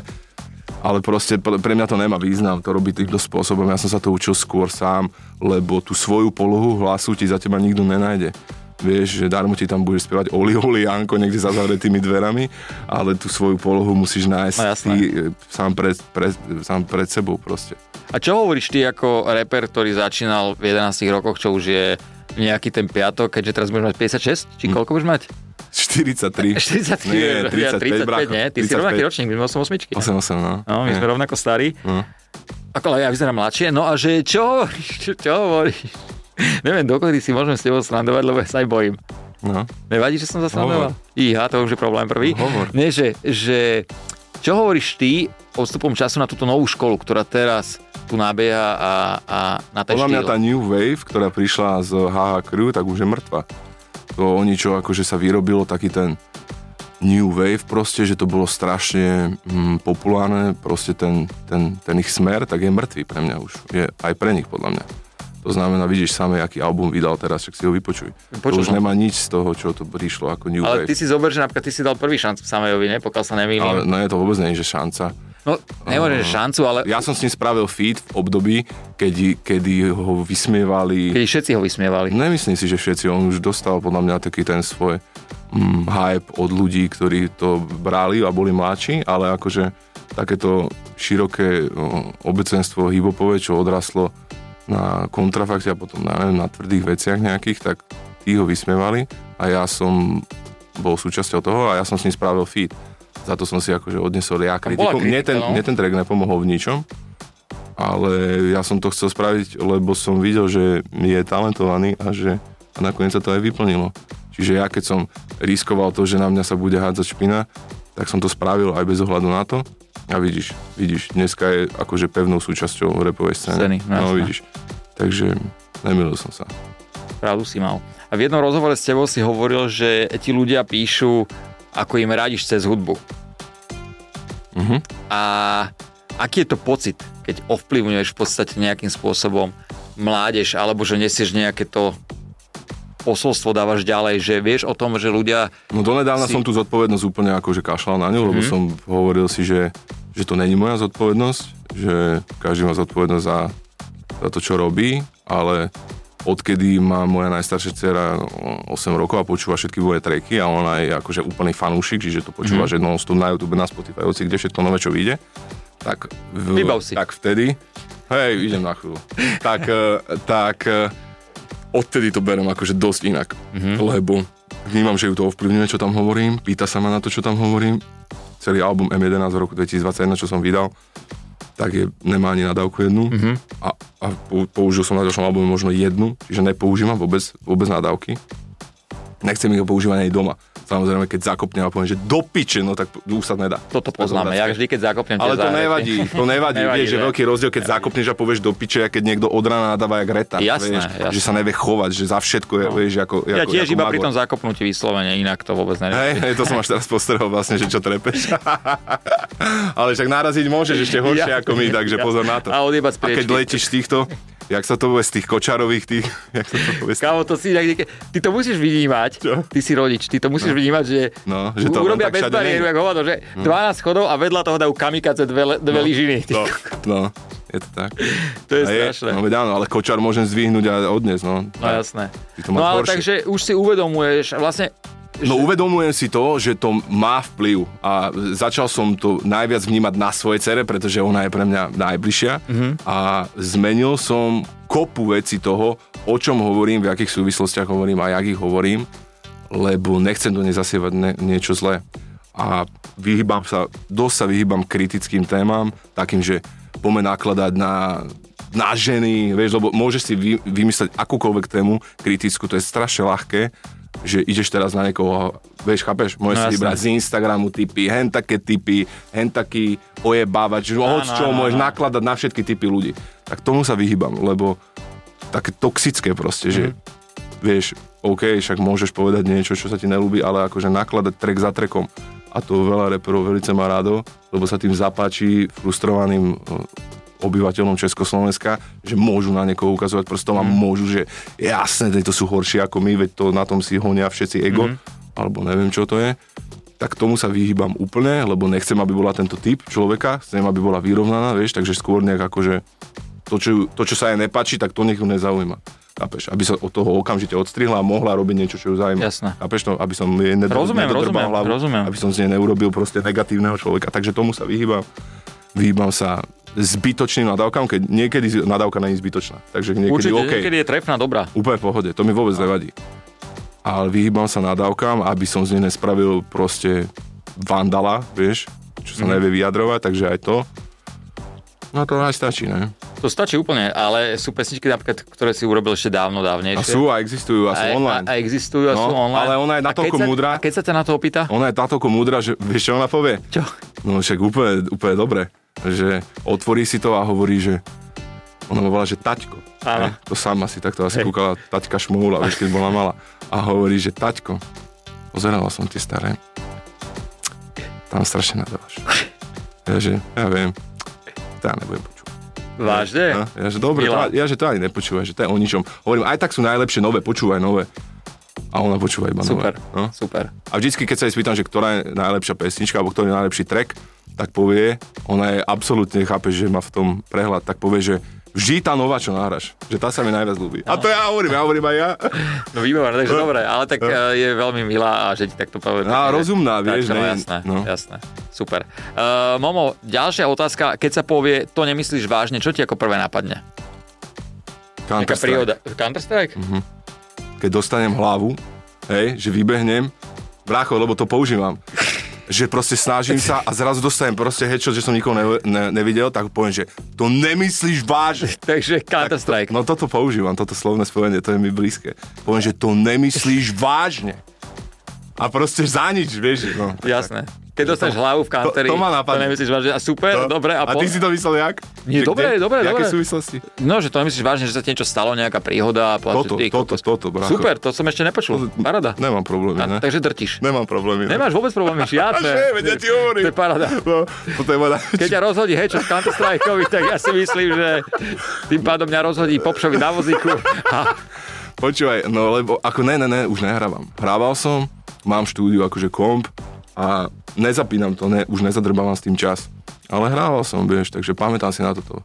B: ale proste pre pre mňa to nemá význam, to robiť týmto spôsobom. Ja som sa to učil skôr sám, lebo tú svoju polohu hlasu ti za teba nikto nenájde. Vieš, že darmo ti tam budeš spievať Oli Oli Janko niekde za zavretými dverami, ale tú svoju polohu musíš nájsť
A: No
B: no,
A: jasné.
B: ty e, sám pred, pred, sám pred sebou proste.
A: a čo hovoríš ty ako reper, ktorý začínal v 11 rokoch, čo už je nejaký ten piatok, keďže teraz budeš mať 56, či koľko budeš mať?
B: 43.
A: 43,
B: Hm. Nie,
A: ja 35,
B: 35, bracho.
A: nie? Ty si rovnaký ročník, my sme 88.
B: 88, no.
A: No, my sme rovnako starí.
B: No.
A: Ako, ale ja vyzerám mladšie. No a že čo hovoríš? Čo, čo hovoríš? Neviem, dokedy si môžem s tebou srandovať, lebo ja sa aj bojím.
B: no.
A: Nevadí, že som sa srandoval? Iha, to už je problém prvý.
B: No, hovor.
A: Nie, že, že čo hovoríš ty odstupom času na túto novú školu, ktorá teraz tu nabieha a, a na ten
B: Podľa mňa
A: štýl?
B: tá New Wave, ktorá prišla z HH Crew, tak už je mŕtva. To oni čo, akože sa vyrobilo taký ten New Wave proste, že to bolo strašne mm, populárne, proste ten, ten, ten ich smer, tak je mŕtvý pre mňa už. Je aj pre nich podľa mňa. To znamená, vidíš samé, aký album vydal teraz, však si ho vypočuj.
A: Počul
B: to už
A: som.
B: nemá nič z toho, čo to prišlo ako New
A: Ale ty
B: Wave.
A: si zober, že napríklad ty si dal prvý šancu Samejovi, ne? Pokiaľ sa nemýlim.
B: Ale no je to vôbec nie, že šanca.
A: No, nehovorím, že šancu, ale ja...
B: Ja som s ním spravil feed v období, kedy, kedy ho vysmievali...
A: keď všetci ho vysmievali.
B: Nemyslím si, že všetci. On už dostal podľa mňa taký ten svoj mm, hype od ľudí, ktorí to brali a boli mladší, ale mm, akože takéto široké o, obecenstvo hibopové, čo odraslo na kontrafakte a potom na, neviem, na tvrdých veciach nejakých, tak tí ho vysmievali a ja som bol súčasťou toho a ja som s ním spravil feed. Za to som si akože odnesol ja
A: bola
B: kritiku.
A: kritika,
B: Mne ten,
A: no.
B: mne ten track nepomohol v ničom, ale ja som to chcel spraviť, lebo som videl, že je talentovaný a že a nakoniec sa to aj vyplnilo. Čiže ja keď som riskoval to, že na mňa sa bude hádzať špina, tak som to spravil aj bez ohľadu na to. A vidíš, vidíš, dneska je akože pevnou súčasťou repovej
A: Scény,
B: scény.
A: no
B: no
A: jasné.
B: vidíš. Takže nemilil som sa.
A: Pravdu si mal. A v jednom rozhovore s tebou si hovoril, že ti ľudia píšu, ako im radiš cez hudbu.
B: Mhm.
A: A aký je to pocit, keď ovplyvňuješ v podstate nejakým spôsobom mládež, alebo že nesieš nejaké to posolstvo dávaš ďalej, že vieš o tom, že ľudia...
B: No donedávna
A: Si- Mhm.
B: si... som tú zodpovednosť úplne akože kašľal na ňu, lebo som hovoril si, že, že to není moja zodpovednosť, že každý má zodpovednosť za, za to, čo robí, ale odkedy má moja najstaršia dcera 8 rokov a počúva všetky moje tracky a ona je akože úplný fanúšik, čiže to počúva, že non-stop na YouTube, na Spotify, hoci kde všetko nové, čo vyjde, tak, v,
A: Vybav si.
B: tak vtedy, hej, idem na chvíľu, tak, eh, tak eh, odtedy to berem akože dosť inak, mm-hmm. lebo vnímam, že ju to ovplyvňuje, čo tam hovorím, pýta sa ma na to, čo tam hovorím. Celý album M11 z roku 2021, čo som vydal, tak je, nemá ani nadávku jednu
A: Mhm.
B: mm-hmm. a, a pou- použil som na ďalšom albume možno jednu, čiže nepoužívam vôbec, vôbec nadávky. Nechcem ich používať aj doma. Samozrejme, keď zakopnem a poviem, že do piče, no tak už sa nedá.
A: Toto poznáme, ja vždy, keď zakopnem tie
B: Ale to
A: záhrady.
B: nevadí, to nevadí,
A: Nevadí,
B: vieš, že
A: že?
B: veľký rozdiel, keď zakopneš a povieš do piče, a keď niekto od rana nadáva jak reta,
A: Jasné,
B: vieš,
A: jasné. No.
B: že sa nevie chovať, že za všetko je, vieš, ako, ako
A: Ja tiež
B: ako
A: iba
B: magor.
A: pri tom zakopnutí vyslovene, inak to vôbec neviem.
B: Hej, hej, to som až teraz postrehol vlastne, že čo trepeš. Ale však naraziť môžeš ešte horšie
A: Ja.
B: ako my, takže pozor na to.
A: A odjebať z
B: a keď
A: priečky.
B: letíš z týchto, jak sa to povie, z tých kočarových, tých, jak sa to povie, z
A: Kámo, to si niekde, ty to musíš vnímať,
B: Čo?
A: ty si rodič, ty to musíš no. vnímať, že,
B: No, že to len
A: urobia
B: tak
A: bez
B: všade
A: bariéru,
B: nejde.
A: ako hovado, že 12 chodov a vedľa toho dajú kamikaze dve, le- dve no. lyžiny. Ty,
B: No, no, je to tak.
A: to je
B: A
A: strašné.
B: No, veď áno, ale kočar môžem zdvihnúť a odniesť, no.
A: No jasné.
B: Ty to
A: No
B: máš
A: ale
B: horšie.
A: takže už si uvedomuješ, vlastne
B: No uvedomujem si to, že to má vplyv a začal som to najviac vnímať na svojej cere, pretože ona je pre mňa najbližšia mm-hmm. a zmenil som kopu veci toho, o čom hovorím, v akých súvislostiach hovorím a jak ich hovorím, lebo nechcem do nej zasievať ne, niečo zlé. A vyhýbam sa, dosť sa vyhýbam kritickým témam, takým, že poďme nakladať na, na ženy, vieš, lebo môžeš si vy, vymysleť akúkoľvek tému kritickú, to je strašne ľahké, že ideš teraz na niekoho, vieš, chápeš,
A: No
B: môžeš no, si
A: jasné.
B: vybrať z Instagramu typy, hen také typy, hen taký ojebávač, no, hoď čo,
A: áno,
B: môžeš
A: áno.
B: nakladať na všetky typy ľudí. Tak tomu sa vyhýbam, lebo také toxické proste,
A: Mhm.
B: že vieš, OK, však môžeš povedať niečo, čo sa ti nelúbi, ale akože nakladať trek za trekom. A to veľa reperov veľmi má rado, lebo sa tým zapáči frustrovaným eh, obyvateľom Československa, že môžu na niekoho ukazovať prstom a môžu, že jasne, to sú horší ako my, veď to na tom si honia všetci ego, alebo neviem čo to je tak tomu sa vyhýbam úplne, lebo nechcem, aby bola tento typ človeka, chcem, aby bola vyrovnaná, vieš, takže skôr nejak akože to, čo, ju- to, čo sa jej nepáči, tak to nech ju nezaujíma. Chápeš? Aby sa od toho okamžite odstrihla a mohla robiť niečo, čo ju zaujíma.
A: Jasné.
B: Chápeš to? Aby som jej nedr-
A: Rozumiem,
B: nedodrbal
A: rozumiem,
B: hlavu,
A: rozumiem.
B: aby som z nej neurobil proste negatívneho človeka. Takže tomu sa vyhýbam. Vyhýbam sa zbytočným nadávkam, keď niekedy zi- nadávka není zbytočná. Takže
A: určite,
B: niekedy OK,
A: niekedy je trefná dobrá.
B: úplne v pohode, to mi vôbec nevadí. Ale vyhýbam sa nadávkam, aby som z nej nespravil proste vandala, vieš, čo
A: Mhm.
B: sa nevie vyjadrovať, takže aj to. No to aj stačí, ne?
A: To stačí úplne, ale sú pesničky, napríklad, ktoré si urobil ešte dávno,
B: A
A: dávnejšie.
B: sú a existujú a sú
A: a,
B: online.
A: A, a existujú a
B: No,
A: sú online.
B: ale ona je
A: A
B: natoľko
A: keď sa-
B: múdra.
A: A keď sa ťa na to opýta?
B: Ona je táto múdra, že vieš, čo ona povie?
A: Čo?
B: No však úplne, úplne dobre, že otvorí si to a hovorí, že ona ma volá, že taťko.
A: Áno.
B: Ne? To sama si takto asi kúkala, taťka šmoula, vieš, keď bola malá. A hovorí, že taťko, pozerala som tie staré, tam strašne nadávaš. Ja, že, ja viem, to ja nebudem počúvať.
A: Vážne?
B: Ja, ja že dobre, to,
A: Milá.
B: ja, že to ani nepočúvaj, že to je o ničom. Hovorím, aj tak sú najlepšie nové, počúvaj nové. A ona počúva iba
A: Super,
B: nové. No?
A: super.
B: A vždycky, keď sa jej spýtam, že ktorá je najlepšia pesnička, alebo ktorý je najlepší track, tak povie, ona je absolútne, chápe, že má v tom prehľad, tak povie, že vždy tá nová, čo nahráš, že tá sa mi najviac ľúbi. A to ja hovorím, ja hovorím aj ja.
A: No výborné, takže dobre, ale tak e, je veľmi milá a že ti takto povedal.
B: No, rozumná, vieš,
A: tak, no,
B: ne?
A: jasné, no.
B: No.
A: jasné, super. Uh, Momo, ďalšia otázka, keď sa povie, to nemyslíš vážne, čo ti ako prvé napadne? Nejaká
B: Counter-Strike. Mhm.
A: príhoda. Counter-Strike? Mm-hmm.
B: Keď dostanem hlavu, hej, že vybehnem, brácho, lebo to používam, že proste snažím sa a zrazu dostanem proste headshot, že som nikoho ne, ne, nevidel, tak poviem, že to nemyslíš vážne.
A: Takže Counter-Strike.
B: No toto používam, toto slovné spojenie, to je mi blízke. Poviem, že to nemyslíš vážne. A proste za nič, vieš. No, tak-
A: Jasné. Keď dostaneš hlavu v counteri,
B: to ma napadne.
A: nemyslíš vážne, a super,
B: No.
A: dobre, a,
B: a ty si to myslel jak?
A: Nie,
B: Že
A: dobre,
B: kde-
A: dobre,
B: Jaké
A: dobre.
B: súvislosti?
A: No, že to nemyslíš vážne, že sa ti niečo stalo, nejaká príhoda. A povedať,
B: Toto,
A: že ty,
B: toto,
A: kokos.
B: toto, brácho.
A: Super, to som ešte nepočul. Parada.
B: Nemám problémy, ne?
A: A, takže drtiš.
B: Nemám problémy. ne?
A: Nemáš vôbec problémy,
B: Až
A: žiadne.
B: ne, veď ja ti hovorím.
A: To je paráda.
B: No, toto je moja
A: Keď
B: najväčšia...
A: ťa rozhodí hečo z counter tak ja si myslím, že tým pádom mňa rozhodí Popšovi na vozíku. A
B: Počúvaj, no lebo ako ne, ne, ne, už nehrávam. Hrával som, mám štúdiu akože komp a nezapínam to, ne, už nezadrbávam s tým čas. Ale hrával som, vieš, takže pamätám si na toto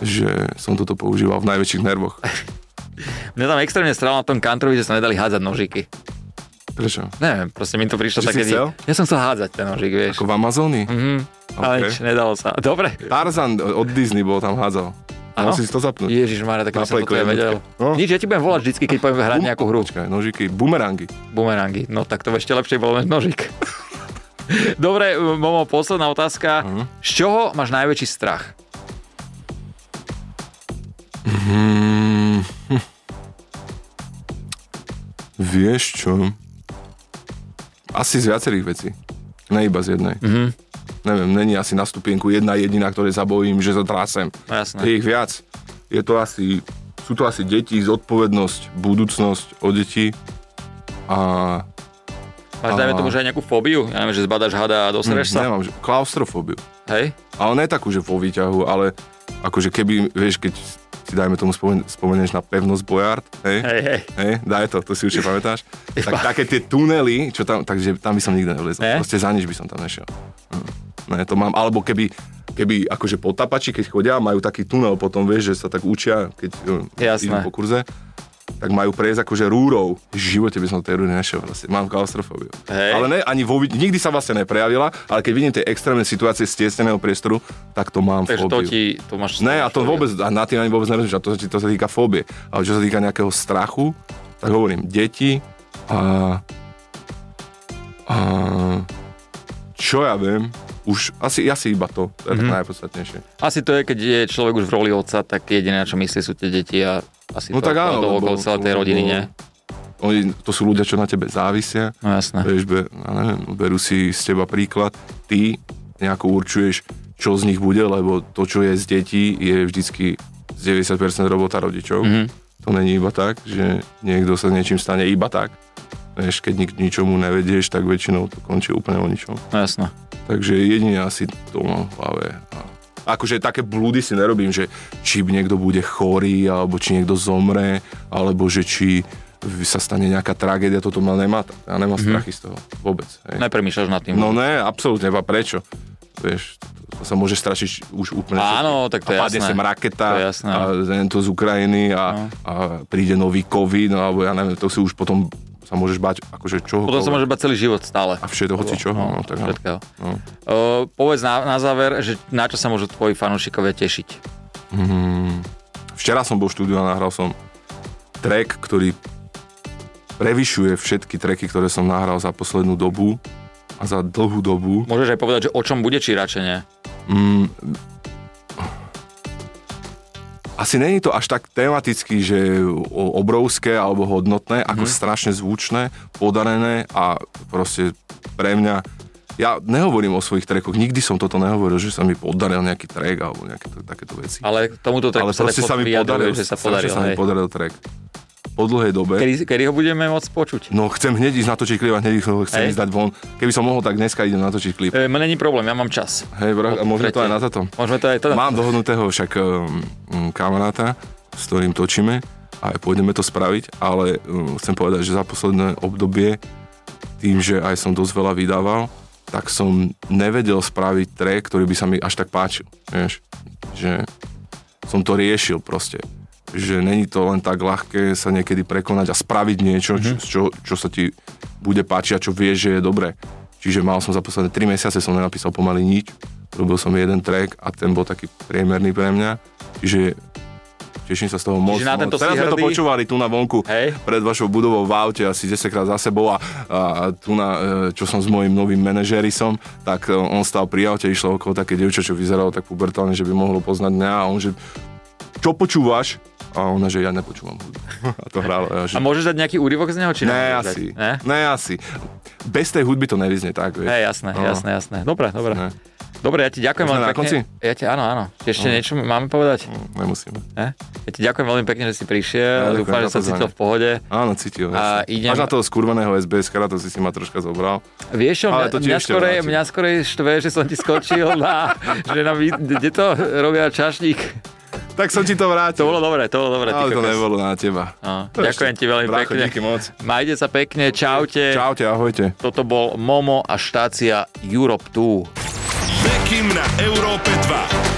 B: že som toto používal v najväčších nervoch.
A: mňa tam extrémne stralo na tom kantrovi, že sa nedali hádzať nožiky.
B: Prečo?
A: Neviem, proste mi to prišlo
B: Že
A: také...
B: si chcel?
A: Ja som chcel hádzať ten nožik, vieš.
B: Ako v Amazónii?
A: Mhm, ale
B: OK.
A: nič, nedalo sa. Dobre.
B: Tarzan od Disney bol tam hádzal.
A: Áno.
B: Musíš to zapnúť.
A: Ježiš Mare, tak
B: Na
A: by som
B: plejku
A: to vedel.
B: jednotke. No.
A: Nič, ja ti budem volať vždycky, keď poviem hrať
B: Bum-
A: nejakú hru.
B: Počkaj, nožiky, bumerangy.
A: Bumerangy. No tak to ešte lepšie bolo než nožik. Dobre, Momo, posledná otázka.
B: Mhm.
A: Z čoho máš najväčší strach?
B: Mm. hm. Vieš čo? Asi z viacerých vecí. Ne iba z jednej. Mm-hmm.
A: Mhm.
B: Neviem, není asi na stupienku jedna jediná, ktoré sa bojím, že zatrasem.
A: No jasné.
B: Je ich viac. Je to asi, sú to asi deti, zodpovednosť, budúcnosť o deti. A
A: Máš, dajme
B: A- Mhm.
A: tomu, že aj nejakú fóbiu? Ja neviem, že zbadaš hada a dosereš sa?
B: hm, nemám, že, klaustrofóbiu.
A: Hej?
B: Ale ne takú, že vo výťahu, ale akože keby, vieš, keď si dajme tomu spomen- spomenieš na pevnosť Bojard, hej,
A: Hej, hej.
B: Hej, daj to, to si určite pamätáš. Tak, také tie tunely, čo tam, takže tam by som nikdy nevlezol.
A: Ne?
B: Proste za nič by som tam nešiel. Mm. Ne, to mám, alebo keby, keby akože potapači, keď chodia, majú taký tunel potom, vieš, že sa tak učia, keď
A: Jasné.
B: Jasné. idú po kurze, tak majú prejsť akože rúrou. V živote by som do tej rúry nešiel vlastne. Mám klaustrofóbiu.
A: Hej.
B: Ale ne, ani vo, vid- nikdy sa vlastne neprejavila, ale keď vidím tie extrémne situácie z tiesneného priestoru, tak to mám
A: Takže to
B: fóbiu.
A: ti, to máš...
B: Ne, a to vôbec, a na tým ani vôbec nerozumiem, to, to sa týka fóbie. Ale čo sa týka nejakého strachu, tak hovorím, deti a, a čo ja viem, už asi, asi iba to, to je
A: Mhm.
B: mm-hmm. najpodstatnejšie.
A: Asi to je, keď je človek už v roli otca, tak jediné, na čo myslí, sú tie deti a asi
B: No
A: to
B: tak
A: okolo
B: áno,
A: toho,
B: lebo-
A: okolo celej tej rodiny,
B: lebo-
A: nie?
B: Oni, to sú ľudia, čo na tebe závisia,
A: No jasné.
B: vieš, be, ja neviem, berú si z teba príklad, ty nejako určuješ, čo z nich bude, lebo to, čo je z detí, je vždycky z 90% robota rodičov.
A: Mhm.
B: To není iba tak, že niekto sa s niečím stane iba tak. Vieš, keď nik- ničomu nevedieš, tak väčšinou to končí úplne o ničom.
A: No jasné.
B: Takže jedine asi to mám v hlave. A akože také blúdy si nerobím, že či niekto bude chorý, alebo či niekto zomre, alebo že či v- sa stane nejaká tragédia, toto ma nemá, ja
A: Mhm.
B: nemám mm-hmm. strachy z toho vôbec. Hej.
A: Nepremýšľaš nad tým.
B: No ne, absolútne, a prečo? Vieš, to sa môže strašiť už úplne.
A: Áno, tak to je
B: a padne
A: jasné.
B: sem
A: To
B: raketa
A: je jasné. no.
B: a zen to z Ukrajiny a, no. a príde nový COVID, no, alebo ja neviem, to si už potom sa môžeš bať akože čoho.
A: Potom sa môže bať celý život stále.
B: A všetko, hoci čo. No, tak áno.
A: Všetkého.
B: No.
A: Uh, povedz na, na záver, že na čo sa môžu tvoji fanúšikovia tešiť.
B: Včera som bol v štúdiu a nahral som track, ktorý prevyšuje všetky tracky, ktoré som nahral za poslednú dobu a za dlhú dobu.
A: Môžeš aj povedať, že o čom bude, či radšej nie.
B: asi není to až tak tematicky, že o- obrovské alebo hodnotné, ako
A: Mhm.
B: strašne zvučné, podarené a proste pre mňa ja nehovorím o svojich trackoch, nikdy som toto nehovoril, že sa mi podaril nejaký track alebo nejaké to, takéto veci.
A: Ale tomuto tracku
B: Ale proste
A: tak
B: sa mi
A: vyjadruje,
B: podaril,
A: že sa
B: strašne
A: podaril.
B: sa mi
A: hej.
B: podaril track. Po dlhej dobe.
A: Kedy, kedy ho budeme môcť počuť?
B: No chcem hneď ísť natočiť klip a hneď ho chcem
A: Hej.
B: ísť dať von. Keby som mohol, tak dneska idem natočiť klip.
A: E, mne není problém, ja mám čas.
B: Hej, bro, a môžeme to
A: Tretie.
B: aj na toto?
A: Môžeme to aj teda.
B: Mám dohodnutého však um, um, kamaráta, s ktorým točíme a aj pôjdeme to spraviť, ale um, chcem povedať, že za posledné obdobie, tým, že aj som dosť veľa vydával, tak som nevedel spraviť track, ktorý by sa mi až tak páčil. Vieš, že som to riešil proste. Že není to len tak ľahké sa niekedy prekonať a spraviť niečo,
A: Mhm.
B: mm-hmm. čo, čo sa ti bude páčiť a čo vieš, že je dobré. Čiže mal som za posledné 3 mesiace, som nenapísal pomaly nič. Robil som jeden track a ten bol taký priemerný pre mňa. Čiže, Teším sa z toho moc.
A: na
B: moc.
A: tento si
B: Teraz sme to
A: hrdý?
B: počúvali tu na vonku
A: Hej.
B: pred vašou budovou v aute asi 10 krát za sebou a, a, a tu na, e, čo som s mojim novým manažerisom, tak e, on stal pri aute, išlo okolo také dievča, čo vyzeralo tak pubertálne, že by mohlo poznať mňa a on že, čo počúvaš? A ona, že ja nepočúvam hudbu. A to hralo. Ja, že,
A: A môžeš dať nejaký úryvok z neho? Či
B: ne,
A: nemôžeš dať?
B: asi.
A: Ne?
B: Ne? asi. Bez tej hudby to nevyznie tak, vieš.
A: Hej, jasné,
B: No.
A: jasné, jasné. Dobre, dobre.
B: Ne,
A: Dobre, ja ti ďakujem
B: Už sme
A: veľmi
B: na
A: pekne.
B: konci? No.
A: Ja ti, áno, áno. Ešte niečo máme povedať?
B: nemusíme.
A: Ne? Ja ti ďakujem veľmi pekne, že si
B: Ja
A: prišiel.
B: ďakujem
A: Dúfam, že
B: za
A: sa
B: pozvanie.
A: cítil v pohode.
B: Áno, cítil.
A: A
B: jasne.
A: idem-
B: Až na toho skurveného SBS, to si si ma troška zobral.
A: Vieš čo, mňa,
B: Ale to ti
A: mňa,
B: ešte
A: skorej,
B: vrátim.
A: mňa skorej štve, že som ti skočil na... že na vy- kde to robia čašník?
B: Tak som ti to
A: To
B: vrátil.
A: bolo dobré, to bolo dobré. ty
B: Ale to
A: kokos.
B: nebolo na teba.
A: No,
B: To
A: ďakujem
B: ešte.
A: ti veľmi
B: Brácho,
A: pekne.
B: díky moc.
A: Majte sa pekne, čaute.
B: Čaute, ahojte.
A: Toto bol Momo a štácia Europe 2.
C: Bekim na Európe 2.